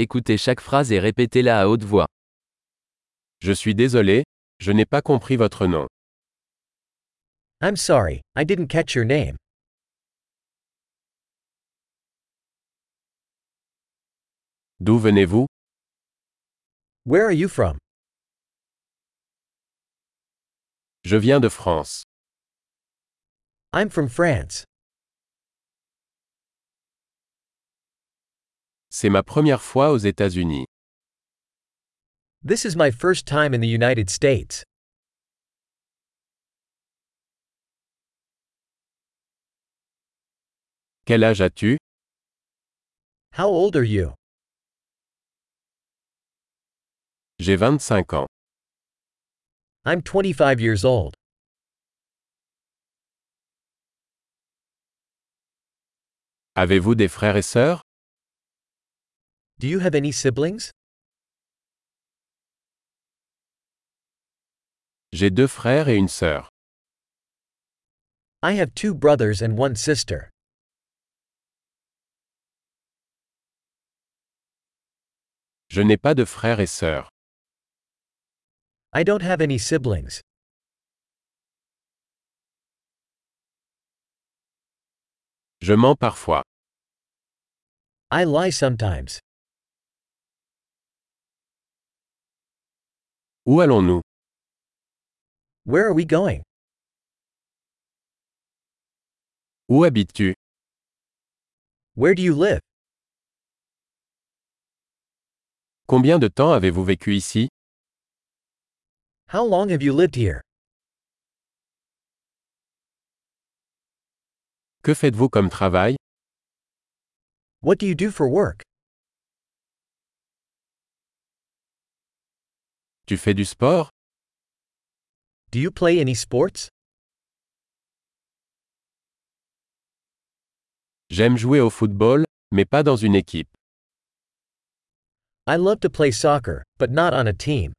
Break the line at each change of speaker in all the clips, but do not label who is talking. Écoutez chaque phrase et répétez-la à haute voix.
Je suis désolé, je n'ai pas compris votre nom.
I'm sorry, I didn't catch your name.
D'où venez-vous
Where are you from?
Je viens de France.
I'm from France.
C'est ma première fois aux États-Unis.
This is my first time in the United States.
Quel âge as-tu
How old are you?
J'ai 25 ans.
I'm 25 years old.
Avez-vous des frères et sœurs
Do you have any siblings?
J'ai deux frères et une sœur.
I have two brothers and one sister.
Je n'ai pas de frères et sœurs.
I don't have any siblings.
Je mens parfois.
I lie sometimes.
Où allons-nous
Where are we going?
Où habites-tu
Where do you live?
Combien de temps avez-vous vécu ici
How long have you lived here?
Que faites-vous comme travail
What do you do for work?
Tu fais du sport
Do you play any sports?
J'aime jouer au football, mais pas dans une équipe.
I love to play soccer, but not on a team.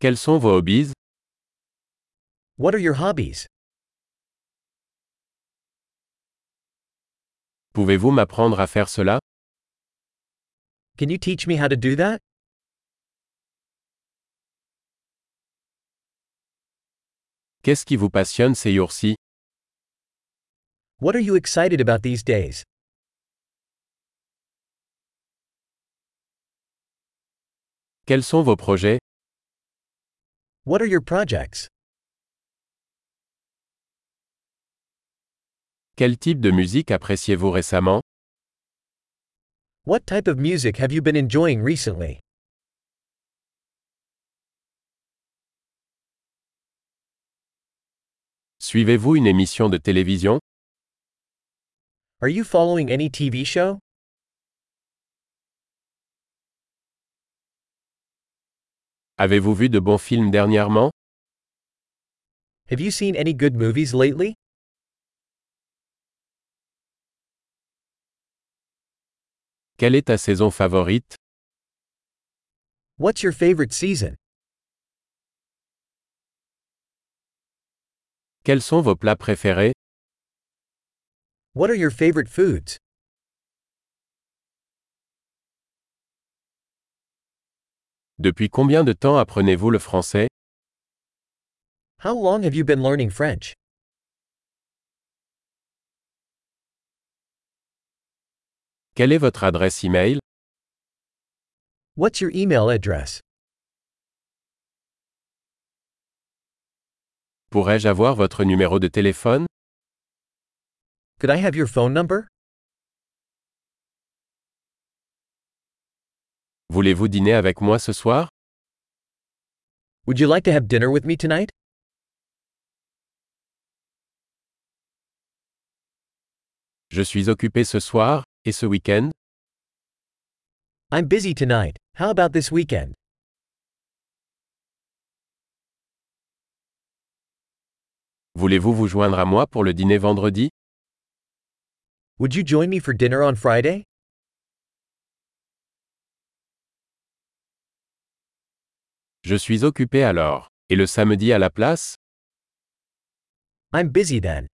Quels sont vos hobbies
What are your hobbies?
Pouvez-vous m'apprendre à faire cela
Can you teach me how to do that?
Qu'est-ce qui vous passionne ces jours-ci
What are you excited about these days?
Quels sont vos projets
What are your projects?
Quel type de musique appréciez-vous récemment
What type of music have you been enjoying recently?
Suivez-vous une émission de télévision
Are you following any TV show?
Avez-vous vu de bons films dernièrement
Have you seen any good movies lately?
Quelle est ta saison favorite
What's your favorite season?
Quels sont vos plats préférés
What are your favorite foods?
Depuis combien de temps apprenez-vous le français
How long have you been learning French?
Quelle est votre adresse e-mail
What's your email address?
Pourrais-je avoir votre numéro de téléphone
Could I have your phone number?
Voulez-vous dîner avec moi ce soir
Would you like to have dinner with me tonight?
Je suis occupé ce soir et ce week-end.
I'm busy tonight. How about this weekend?
Voulez-vous vous joindre à moi pour le dîner vendredi
Would you join me for dinner on Friday?
Je suis occupé alors. Et le samedi à la place
I'm busy then.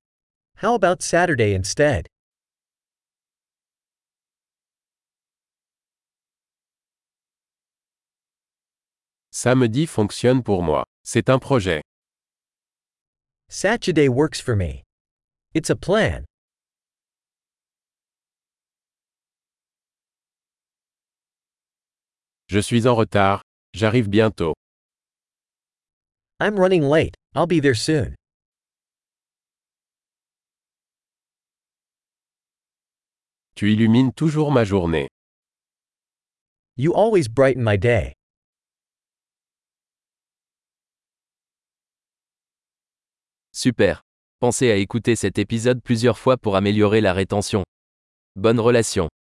How about Saturday instead?
Samedi fonctionne pour moi. C'est un projet.
Saturday works for me. It's a plan.
Je suis en retard. J'arrive bientôt.
I'm running late. I'll be there soon.
Tu illumines toujours ma journée.
You always brighten my day.
Super. Pensez à écouter cet épisode plusieurs fois pour améliorer la rétention. Bonne relation.